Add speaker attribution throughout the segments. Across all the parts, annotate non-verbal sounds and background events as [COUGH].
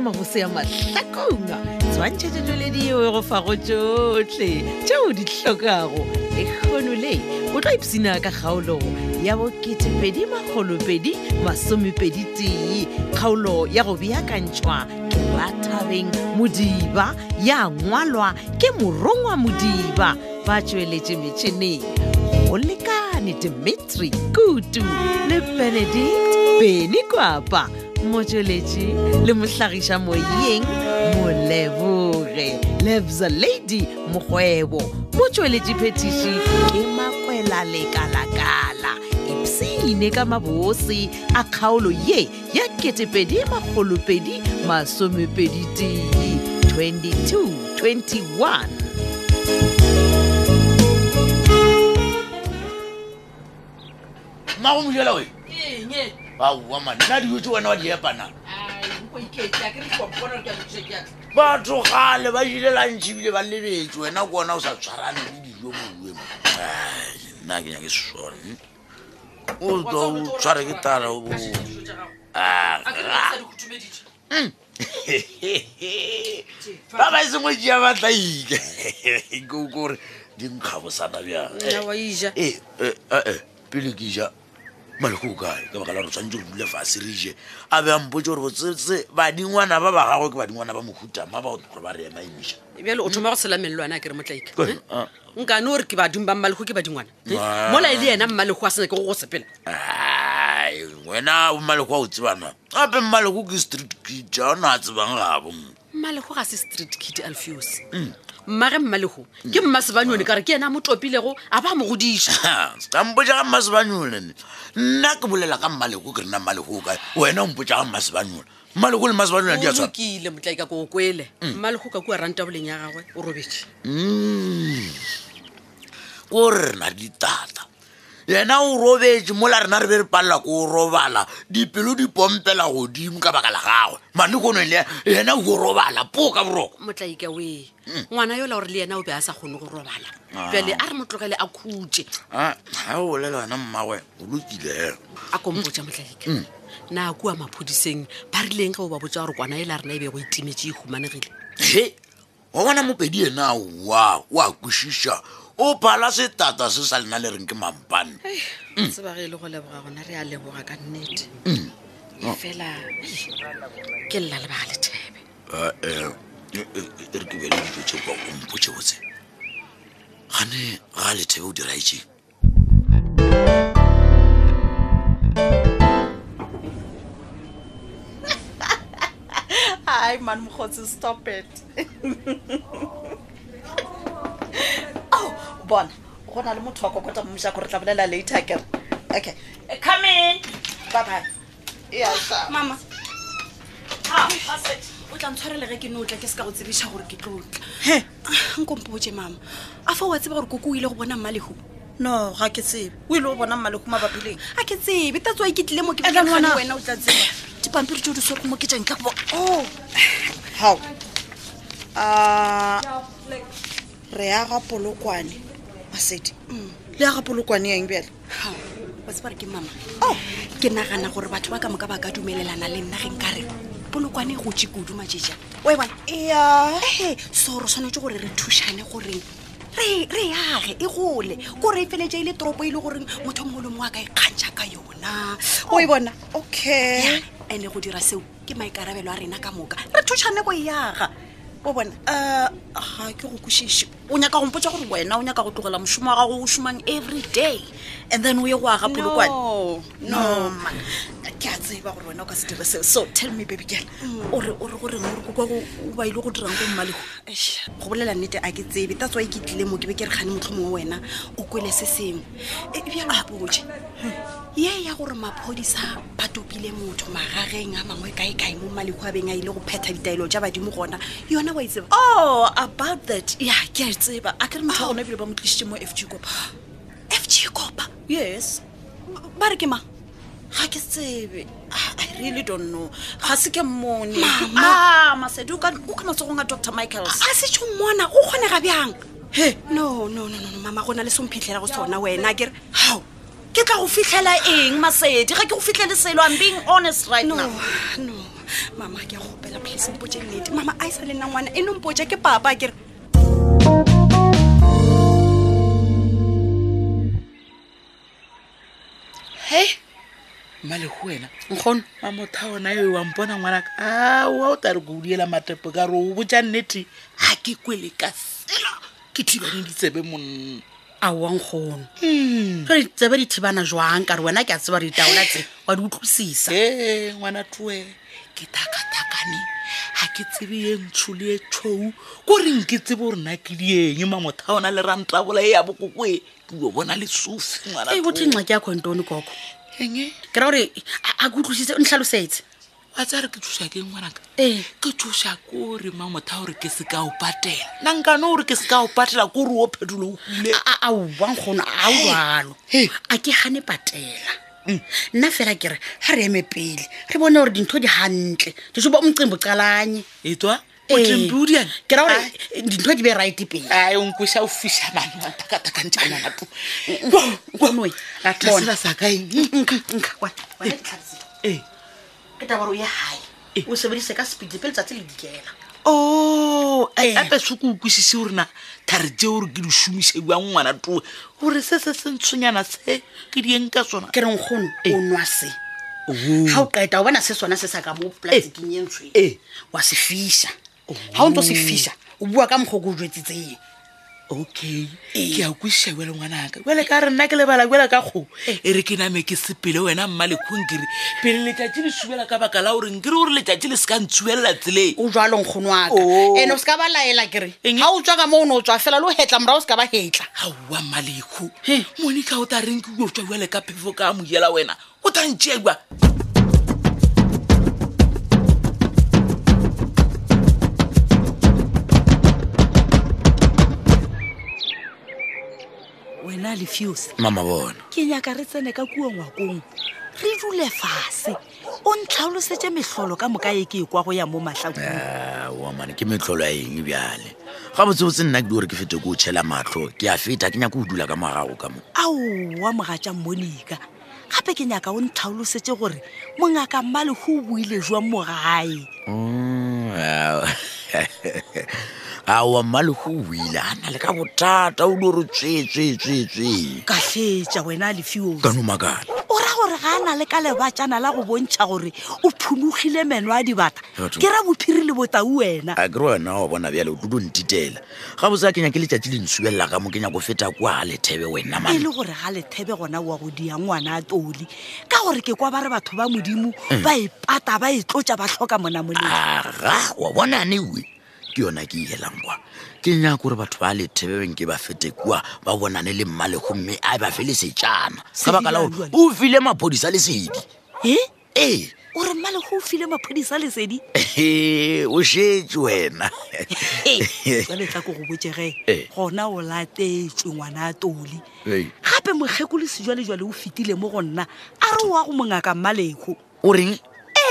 Speaker 1: mabose e ya mahlakong tshwantšhetše tswelediwe go fago tšotlhe tšeo di hlokago le kgono le o tlo ipsina ka kgaolo ya bokete2edi magolopedi masomepedi tee kgaolo ya go beakantšhwa kerathabeng modiba ya ngwalwa ke morongwa modiba ba tšweletše metšhineng go lekane dimitri kutu le benedict beny kwapa motsweletši le mohlagiša moyeng moleboge lebza lady mokgwebo motsweletši phetiši ke makwela lekala-kala ipsene ka mabose a kgaolo ye ya 2 masomepedi tee 22 21
Speaker 2: mmago mojela oe aowa manna dio tse wena wa di epana batho gale ba ile lantšhe ebile ba lebetse wena ke ona o sa tshwarane le dijo moue nna ke nyake sone o tlo o tshware ke tala o bo- Ah, ah. [LAUGHS] ba e ba sengwe jea [LAUGHS] batlaike ko kore dinkgabosana bjang ee eh, pele ke ja maleko o kae ka baka la gore tshwanetse re dule fase re je a be ampotse gore botsetse badingwana ba ba gagwe ke badingwana ba mohutama ba otlo ba re ema emiša
Speaker 3: bjale o thoma go tshela melelo ana a kere motlaika
Speaker 2: Ke-
Speaker 3: eh?
Speaker 2: ah.
Speaker 3: nkane ore ke badimo ba mmalego ke badingwana eh?
Speaker 2: Ah.
Speaker 3: mola e le yena mmalego a sena ke go go sepela
Speaker 2: ai wena mmaleko a o tsebana gape mmaleko ke street kita o ne a tsebang gabo [LAUGHS]
Speaker 3: mmalego ga se street kid alfeus
Speaker 2: Mm.
Speaker 3: mmage mmalego ke mmasebanyone ka re ke yena a mo topilego a ba a mo godiša
Speaker 2: kampotsa ga mmasebanyolene nna ke bolela ka mmaleko ke rena mmaleko o kae wena o mpotsa ga mmasebanyole mmaleko le mmasebanyolene di a Mm. tshwana
Speaker 3: okile motlaika ko o kwele mmalego ka kua ranta boleng ya gagwe o robetse
Speaker 2: Mm. ko rena ditata yena o robetse mola rena re be re palela ko robala dipelo di pompela godimo ka baka la gagwe mane kono le yena o robala poo ka boroko
Speaker 3: motlaika oe
Speaker 2: Mm.
Speaker 3: ngwana yola gore le yena o be a sa kgone go robala
Speaker 2: Ah.
Speaker 3: pele a re motlogele a khutse
Speaker 2: ga o bolela wena mmagwe o lokileo
Speaker 3: a kompotsa motlaika na kua maphodiseng ba rileng ge o ba botsa gore kwana e le a rena e be go itimetse e humanegile
Speaker 2: he wa bona mopedi ena wa o a kwešiša o phala setata se sa lena le reng ke mampane
Speaker 3: sebage e le go leboga gona re a leboga ka nnete fela ke lela lebaga lethebe
Speaker 2: ee eh, re ke bele dijo tse kwa o mpotse botse gane ga lethebe o diraetseng
Speaker 4: Hi, man, Mkhotsi, stop it. [LAUGHS] oh, bona. Go na le motho wa kokota mo mojako re tla bolela later kere. Okay. Eh, Come in. Bye bye. Yeah, sir.
Speaker 5: mama Ah, a set. o tla ntshwarelege ke ne o tla ke se ka go tsebiša gore ke tlotla nkompoje mama a fa wa tseba gore koko o ile go bona mmalego
Speaker 4: No, ga ke tsebe. O ile o bona mmaleko mabapileng.
Speaker 5: a ke tsebe tatsoa ke tlile mo ke
Speaker 4: And then Eh, ngwana-
Speaker 5: bekgane wena o tla tseba dipampiri teo di swere ko mo ke jang tla go bona
Speaker 4: Oh. How? Ah. Re ya ga polokwane. Masedi. Mm. Le ya ga polokwane e yang bjale.
Speaker 5: Ao, wa tseba re ke mama
Speaker 4: Oh.
Speaker 5: ke nagana gore batho ba ka moka ba ka dumelelana le nna ge nka re polokwane e gotse kudu majeja oe bona
Speaker 4: Yeah.
Speaker 5: ee so re tshwanetse gore re thušane gore re re age e gole kore e feletse e le toropo e le goreng motho o mongwe le mongwe a ka ikgantšha ka yona
Speaker 4: O e bona. Okay.
Speaker 5: ande go dira seo ke maikarabelo a rena ka moka re thušane go e aga
Speaker 4: o bona um ga ke go kwešiše o nyaka go mpotsa gore wena o nyaka go tlogela mošomo wa gago o šomang every day and then o ye go aga polokwane no ma ke a tseba gore wena o ka se dira seo so tell me baby gal ore ore goreng ore kokwago o baile go dirang ko mmalego
Speaker 5: Eish, go bolela nnete a ke tsebe tatso e ke tlile mo ke be ke re gane motlho mongwe wena o kwele se sengwe E, ebjaleapoje ye ya gore maphodisa ba topile motho magageng a mangwe kae-kae mo maleko a beng a ile go phetha ditaelo tja badimo gona yona wa e itseba
Speaker 4: oh about that Oh. ya ke a e tseba a ke re motho wa gona ebile ba mo tlisitše mo f g kopa
Speaker 5: f g kopa
Speaker 4: yes
Speaker 5: ba re ke mang
Speaker 4: ga ke tsebe Ah, i really don't know ga se ke mmone
Speaker 5: Mama.
Speaker 4: Ah, masedi o ka o ka matsogong a dr michaels
Speaker 5: a setšho mmona go kgonega bjang
Speaker 4: he
Speaker 5: no no no no mama go na le somphitlhela go sona wena a kere
Speaker 4: how ke tla go fitlhela eng masedi ga ke go fitlhele selo am being honest right
Speaker 5: no
Speaker 4: now
Speaker 5: no
Speaker 6: mama ke a gopela please mpotse nnete mama a e sa le nna ngwana e no mpotse ke papa kere
Speaker 3: he mmale go wena
Speaker 7: nkgono
Speaker 3: wa motha ona e wampona ngwanaka aowa o tla re ko o diela matepo ka re o botja nnete ga ke kwele ka sela ke thibaneng ditsebe monna
Speaker 7: aowa nkgono
Speaker 5: Mm.
Speaker 7: jale tsebe di thibana jwang ka re wena ke a tseba ditaola tse wa di utlwisisa
Speaker 3: ee ngwana toe ke takatakane ga ke tsebe ye ntsho le e tshwou koreng ke tsebe gore na ke dieng mamotha ona le rantabola e ya bokokoe ke o bona le sofi ngwana
Speaker 7: e bothe nxa ke ya kgontone koko
Speaker 3: eng e?
Speaker 7: ke ra gore a ke utlwisitse o ntlhalosetse
Speaker 3: wa tsa re ke tshosa ke ngwanaka
Speaker 7: ee
Speaker 3: ke tshosa kore mamotha gore ke se ka o patela nna nkane gore ke se ka o patela kore o phedole o kule
Speaker 7: aowa nkgono a o jalo
Speaker 3: Hey.
Speaker 7: a ke gane patela
Speaker 3: Mm.
Speaker 7: nna fela kere ga re eme pele re bone gore dintho di gantle disoba omcimbo calanye
Speaker 3: e tswa otempudiane
Speaker 7: ke ra gore dintho di be right pele
Speaker 3: ae onkosa o fisa manatakatakantsananato
Speaker 7: nkgonoe
Speaker 3: tlasela sakaeng ee
Speaker 7: ke tabagore o ye gae o sebedise ka speed pele tsatsi le dikela
Speaker 3: o
Speaker 7: Eh.
Speaker 3: ape se ko utlwisise gorena thare tse gore ke di šomisediwang ngwana toe gore se se se ntshonyana se ke dieng ka sona
Speaker 7: ke reng kgono
Speaker 3: Ee.
Speaker 7: o nwa se
Speaker 3: Oh.
Speaker 7: ga o qeta o bona se sona se sa ka mo polastiking e
Speaker 3: Ee.
Speaker 5: Eh,
Speaker 7: ntshweng wa se fisa ga o ntse o
Speaker 5: Oh.
Speaker 7: se fisa o bua ka mokgwa o ko o jwetsitseng
Speaker 3: okay
Speaker 7: Ee.
Speaker 3: ke a kwešiša wele ngwanaka wele ka re nna ke lebala wele ka kgo e re ke name ke sepele wena mma lekgong kere pele letšatši le subela ka baka la goreng kere gore letšatši le se ka ntsuelela tseleng
Speaker 7: o jalo nkgono waka
Speaker 3: Oh.
Speaker 7: and o se ka ba laela kere
Speaker 3: Eng?
Speaker 7: ga o tswa ka mo o ne o tswa fela le o hetla morago o se ka ba hetla
Speaker 3: aowa mmalekgo monica o tla reng ke o tswa wele ka phefo ka mojela wena o tla ntšewa
Speaker 5: wena lefuse
Speaker 2: mama bona
Speaker 5: ke nyaka re tsene ka kuo ngwakong re dule fase o ntlhaolosetse metlholo ka moka e ke e kwa go ya mo matlhakong
Speaker 2: amane Ee, ke metlholo ya eng bjale ga botsebotse nna ke di gore ke fete ko o tšhela matlho ke a feta ke nyako o dula ka morago ka mo
Speaker 5: aowa mogatša monica gape ke nyaka o ntlhaolosetse gore mongaka mmalego o buile jwang mo gae
Speaker 2: Mm, [LAUGHS] aowa mmalego o ile a na le ka bothata o di gore tswetswetswetswe
Speaker 5: ka fetša wena lefuse
Speaker 2: kano makala
Speaker 5: o ra gore ga a na le ka lebatšana la go bontšha gore o phunogile meno a dibata
Speaker 2: Batho-
Speaker 5: ke ra bophiri le botau wena
Speaker 2: a kere wena wa bona bjale o tuto ntitela ga botse a kenya ke letšatši le nsuelela ka mo ke nyako feta kwa lethebe wena
Speaker 5: e
Speaker 2: man
Speaker 5: le gore ga lethebe gona wa go dia ngwana a tole ka gore ke kwa ba re batho ba modimo ba epata ba e tlotsa ba tlhoka monamoledi
Speaker 2: aga wa bonane we ke yona ke elang kwa ke nyako gore batho ba lethebeng ke ba fete kua ba bonane le mmalego mme a ba fe le sejana ka baka la gore o file maphodisa lesedi
Speaker 5: e
Speaker 2: ee
Speaker 5: o re mmalego o file maphodisa lesedi
Speaker 2: Ehe, [LAUGHS] o shetse wena
Speaker 5: jale E, tla ko go botsege
Speaker 2: Eh.
Speaker 5: gona o latetswe ngwana a tole
Speaker 2: Ei.
Speaker 5: gape mokgekolose jwalejwale o fetile mo go nna a re oa go mongaka E, mmalego
Speaker 2: o reng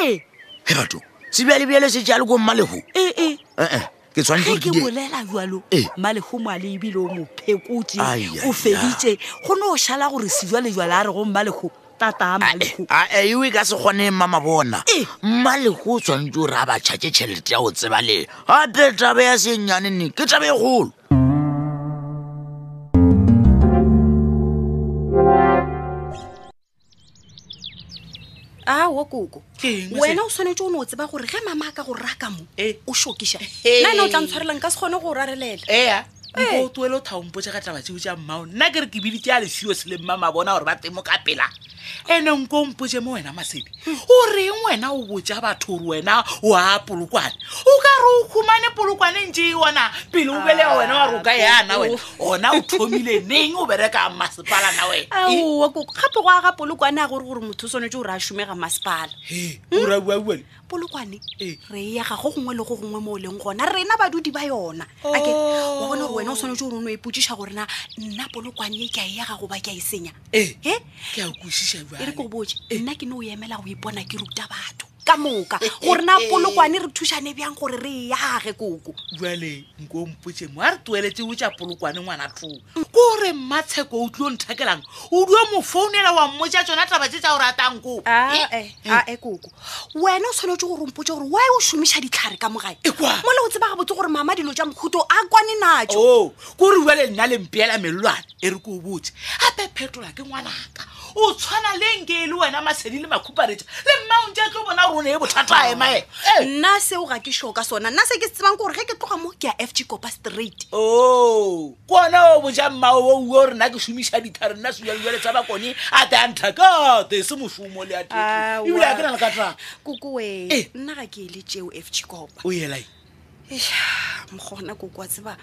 Speaker 5: ee
Speaker 2: he batho sebjalebjale sejale ko mmalego
Speaker 5: ee
Speaker 2: ee ke
Speaker 5: e, ge
Speaker 2: tshwanetse
Speaker 5: ke
Speaker 2: gore ke die-
Speaker 5: bolela jalo
Speaker 2: Eh.
Speaker 5: malegomo a le ebile o mophekotse
Speaker 2: Ai, ai,
Speaker 5: o feditse go ne o šhala gore sejwalejwale a re go mmalego tata a malego
Speaker 2: Ah, eh, ewe ka se kgone mama bona
Speaker 5: Eh.
Speaker 2: mmalego o tshwanetse o re a batšhatše tšhelete ya go tsebale gape taba ya senyanene ke taba e golo
Speaker 6: awa koko
Speaker 3: Ke eng, mose?
Speaker 6: wena o tshwanetse o ne o tseba gore ge mama a ka go raka mo
Speaker 3: Ee.
Speaker 6: o šokiša
Speaker 3: Hey.
Speaker 6: nna ene o tla ntshwarelang ka se kgone go o rarelela
Speaker 3: ea mpo o tuele o thaompotse ka taba tseo tsa mmao nna ke re ke biditse a lesio se le mmama bona gore ba temo ka pela ene nko mpotse mo wena masedi o reng wena o botsa batho gore wena o a polokwane o ka re o khumane polokwane ntse e ona pele o bele wena wa re o ka yana wena ona o thomile neng o bereka masepalana
Speaker 5: Ah.
Speaker 3: wena
Speaker 6: aowa koko gape go aga polokwane a gore gore motho o tshwanetse o re a šomega masepala
Speaker 3: orauauele
Speaker 6: polokwane
Speaker 3: Ee.
Speaker 6: re e ya ga go gongwe le go gongwe mo o leng gona rena badudi ba yona ake wa bona gore wena o tshwanetse gore o ne o ipotsiša gorena nna polokwane e ke a e yaga goba ke a e senya
Speaker 3: Ee.
Speaker 6: e
Speaker 3: ke a kosiša
Speaker 6: e re ko boje nna ke ne o emela go ipona ke ruta batho
Speaker 5: ka moka gore na polokwane re thušane bjang gore
Speaker 6: e
Speaker 5: re yage koko
Speaker 8: jale nko mpotse mo a re tueletse o tša polokwane ngwana too ko gore mmatsheko o tlio nthekelang o dio mo founela wa mmotsa tsona taba tse tsa o ratanko
Speaker 5: ae
Speaker 8: eh.
Speaker 5: ae eh, ah, koko wena o tshwanetse gore ompotse gore wy o šomiša ditlhare ka mogae
Speaker 8: Ekwa.
Speaker 5: mole o tseba gabotse gore mama dilo tša mokhuto a kwane natso
Speaker 8: o kore uale nna le mpeela melelwane e re ko o botse gape phetola ke ngwanaka o tshwana le nke e le wena masedi le makhuparetša le mmaontse tlo bona gore o ne e bothata a emae
Speaker 5: nna seo ga ke shoka sona nna se ke se tsebang ke gore ge ke tloga mo ke ya f g kopa straight
Speaker 8: o kona Oh, o boja mmao o uo rena ke šomiša dithare nna sejalejale tsa bakone a te a nthakate se mošomo le ate
Speaker 5: Aowa.
Speaker 8: ebile a ke na le katlang
Speaker 5: koko
Speaker 8: Eh.
Speaker 5: we nna ga ke ele tšeo f g kopa
Speaker 8: o elae
Speaker 5: mogona koko wa tseba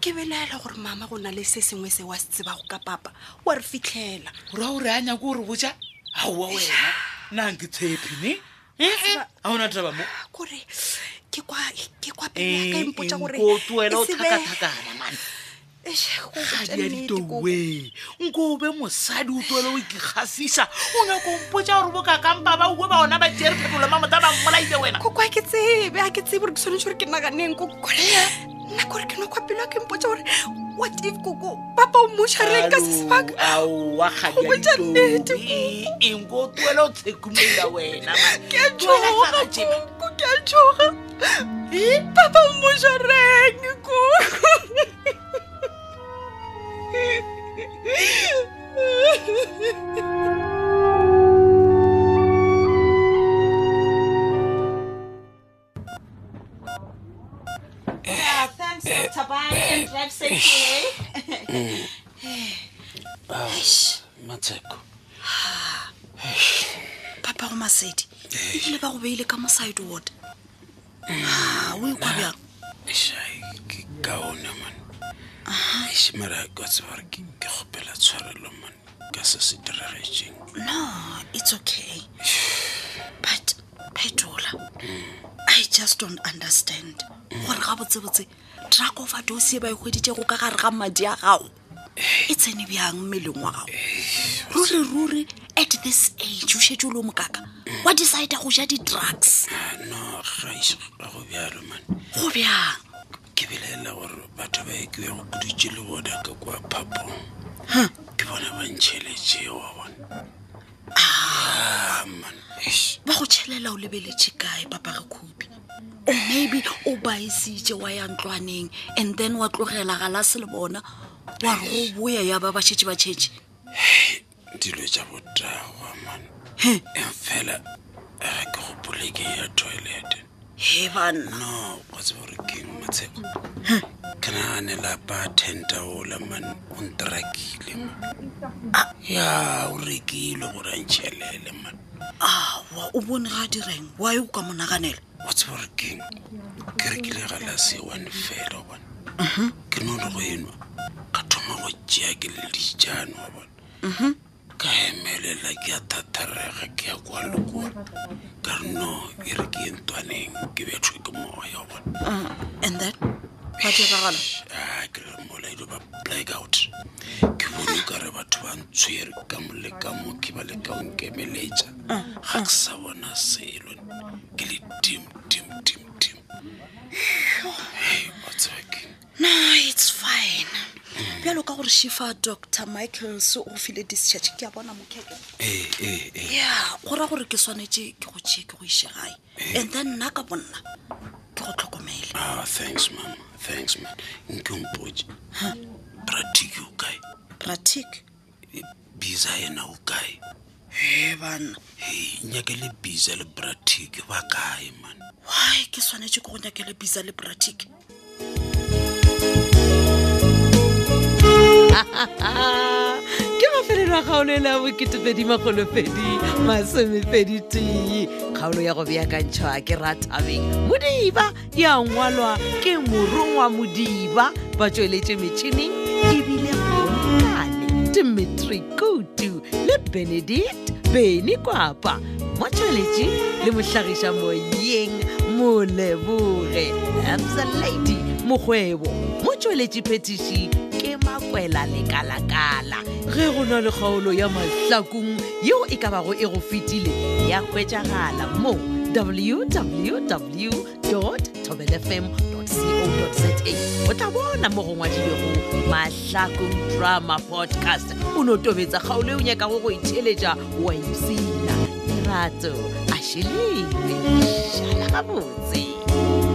Speaker 5: ke belaela gore mama go na le se sengwe se wa se tsebago ka papa wa re fitlhela
Speaker 8: ora ore a nyako ore boja aowa wena nang ke tshepine a ona Eh, taba mo
Speaker 5: kore ke kwa ke kwa pele ya ka e mpotša gore
Speaker 8: nko tuela o
Speaker 5: e se be-
Speaker 8: thakathakana mane
Speaker 5: Eish, go botša
Speaker 8: gadi ya
Speaker 5: nnete, koko.
Speaker 8: ditowe nko o be mosadi o tuele o ikigasisa o nyako mpotsa gore bokakampa ba uwe ba ona ba tere phetolo mamota ba mmolaile wena
Speaker 5: koko a ke tsebe a ke tsebe gore ke tshwanetse gore ke naganeng koko kore nna kore ke nokwa pelo a ke mpotsa gore what if koko papa o mošareng ka se sebaka
Speaker 8: aowa
Speaker 5: Go botša nnete,
Speaker 8: Ee, nko o tuele o tshekomoila wena man.
Speaker 5: ke a
Speaker 8: Tuela
Speaker 5: tshoga
Speaker 8: fela tje.
Speaker 5: koko ke a tshoga
Speaker 8: Ee?
Speaker 5: papa o mošareng koko
Speaker 2: matsheko
Speaker 4: papa go masedi
Speaker 8: Ee.
Speaker 4: ebile ba go beile ka mo side water Ah, o ekwa bjang
Speaker 2: Eish, ai, ke ka ona mane Eish, mara ka tseba gore ke ke kgopela tshwarelo mane ka se se diragetseng
Speaker 4: no Oh, it's okay but phetola i just don't understand gore ga botsebotse drug overdose e ba e hweditse go ka gare ga madi a gago e tsene bjang mmeleng wa gago ruri ruri at this age o shetse o le mokaka wa decide go ja di-drugs
Speaker 2: Ah, no gaish ga go bjalo mane
Speaker 4: go bjang
Speaker 2: ke belaela gore batho ba ekiwe go kudutse le bona ka kwa phapong ke bona ba ntšheletšeo wa bona aman
Speaker 4: ba go tšhelela o lebeletse kae papa re khupi o maybe o baesitse wa ya ntlwaneng and then wa tlogela galase le bona wa re go boya ya ba ba šetse ba tšhetše
Speaker 2: dilo tša botagwa man en fela ga ke gopole ke ya toilet
Speaker 4: he banna
Speaker 2: no go tseba gore ke eng matsheko ke nagane lapa tenta ola man o nterakile man ya o rekile gore a ntšhelele man
Speaker 4: awa o bone ga a direng wa e o ka monaganela
Speaker 2: wa tseba gore keng ke rekile galase one fela wa bona ke no le go enwa ka thoma go tšea ke le dijane wa bona ka emelela ke a thatharega ke ya kwa lekua ka re no e re ke entwaneng ke bethwe ke moya wa bona
Speaker 4: and then ba diragala
Speaker 2: a ke re molaido ba blackout ke bone ka re batho ba ntshwere ka moleka mo ke ba leka o nkemeletša ga ke sa bona selo ke le tim tim tim tim watsebake
Speaker 4: no it's fine bjalo ka gore shifa dr michaels o file discharge ke a bona mokeke
Speaker 5: eh.
Speaker 4: ya go ra gore ke swanetse ke go tšee ke go iše gae and then nna ka bonna ke go tlhokomele
Speaker 2: ah thanks mam thanks man nke mpotse ratiki o kae
Speaker 4: ratik
Speaker 2: bisa yena o kae
Speaker 4: e banna
Speaker 2: e nyake le bisa le bratiki ba kae man
Speaker 4: why ke tshwanetse ke go nyakele bisa le bratic
Speaker 1: ke Ah, mafelelo a kgaolo e le a boketepedi magolopedi masomepedi tee kgaolo ya go beakantšhwa ke rathabeng modiba ya ngwalwa ke morongwa modiba ba tsweletše metšhineng ebile bonkane dimitri kutu le benedict beny kwapa mo tsweletše le mohlagiša moyeng moleboge absa lady mokgwebo mo tsweletše phetiši ke makwela lekala-kala ge go na le kgaolo ya mahlakong yeo e ka bago e go fetile ya hwetšagala mo www tobelfm co za o tla bona mo go ngwadilego mahlakong drama podcast o no tobetsa kgaolo e o nyakago go itheletša wa ipsina lerato a šhelele šala gabotse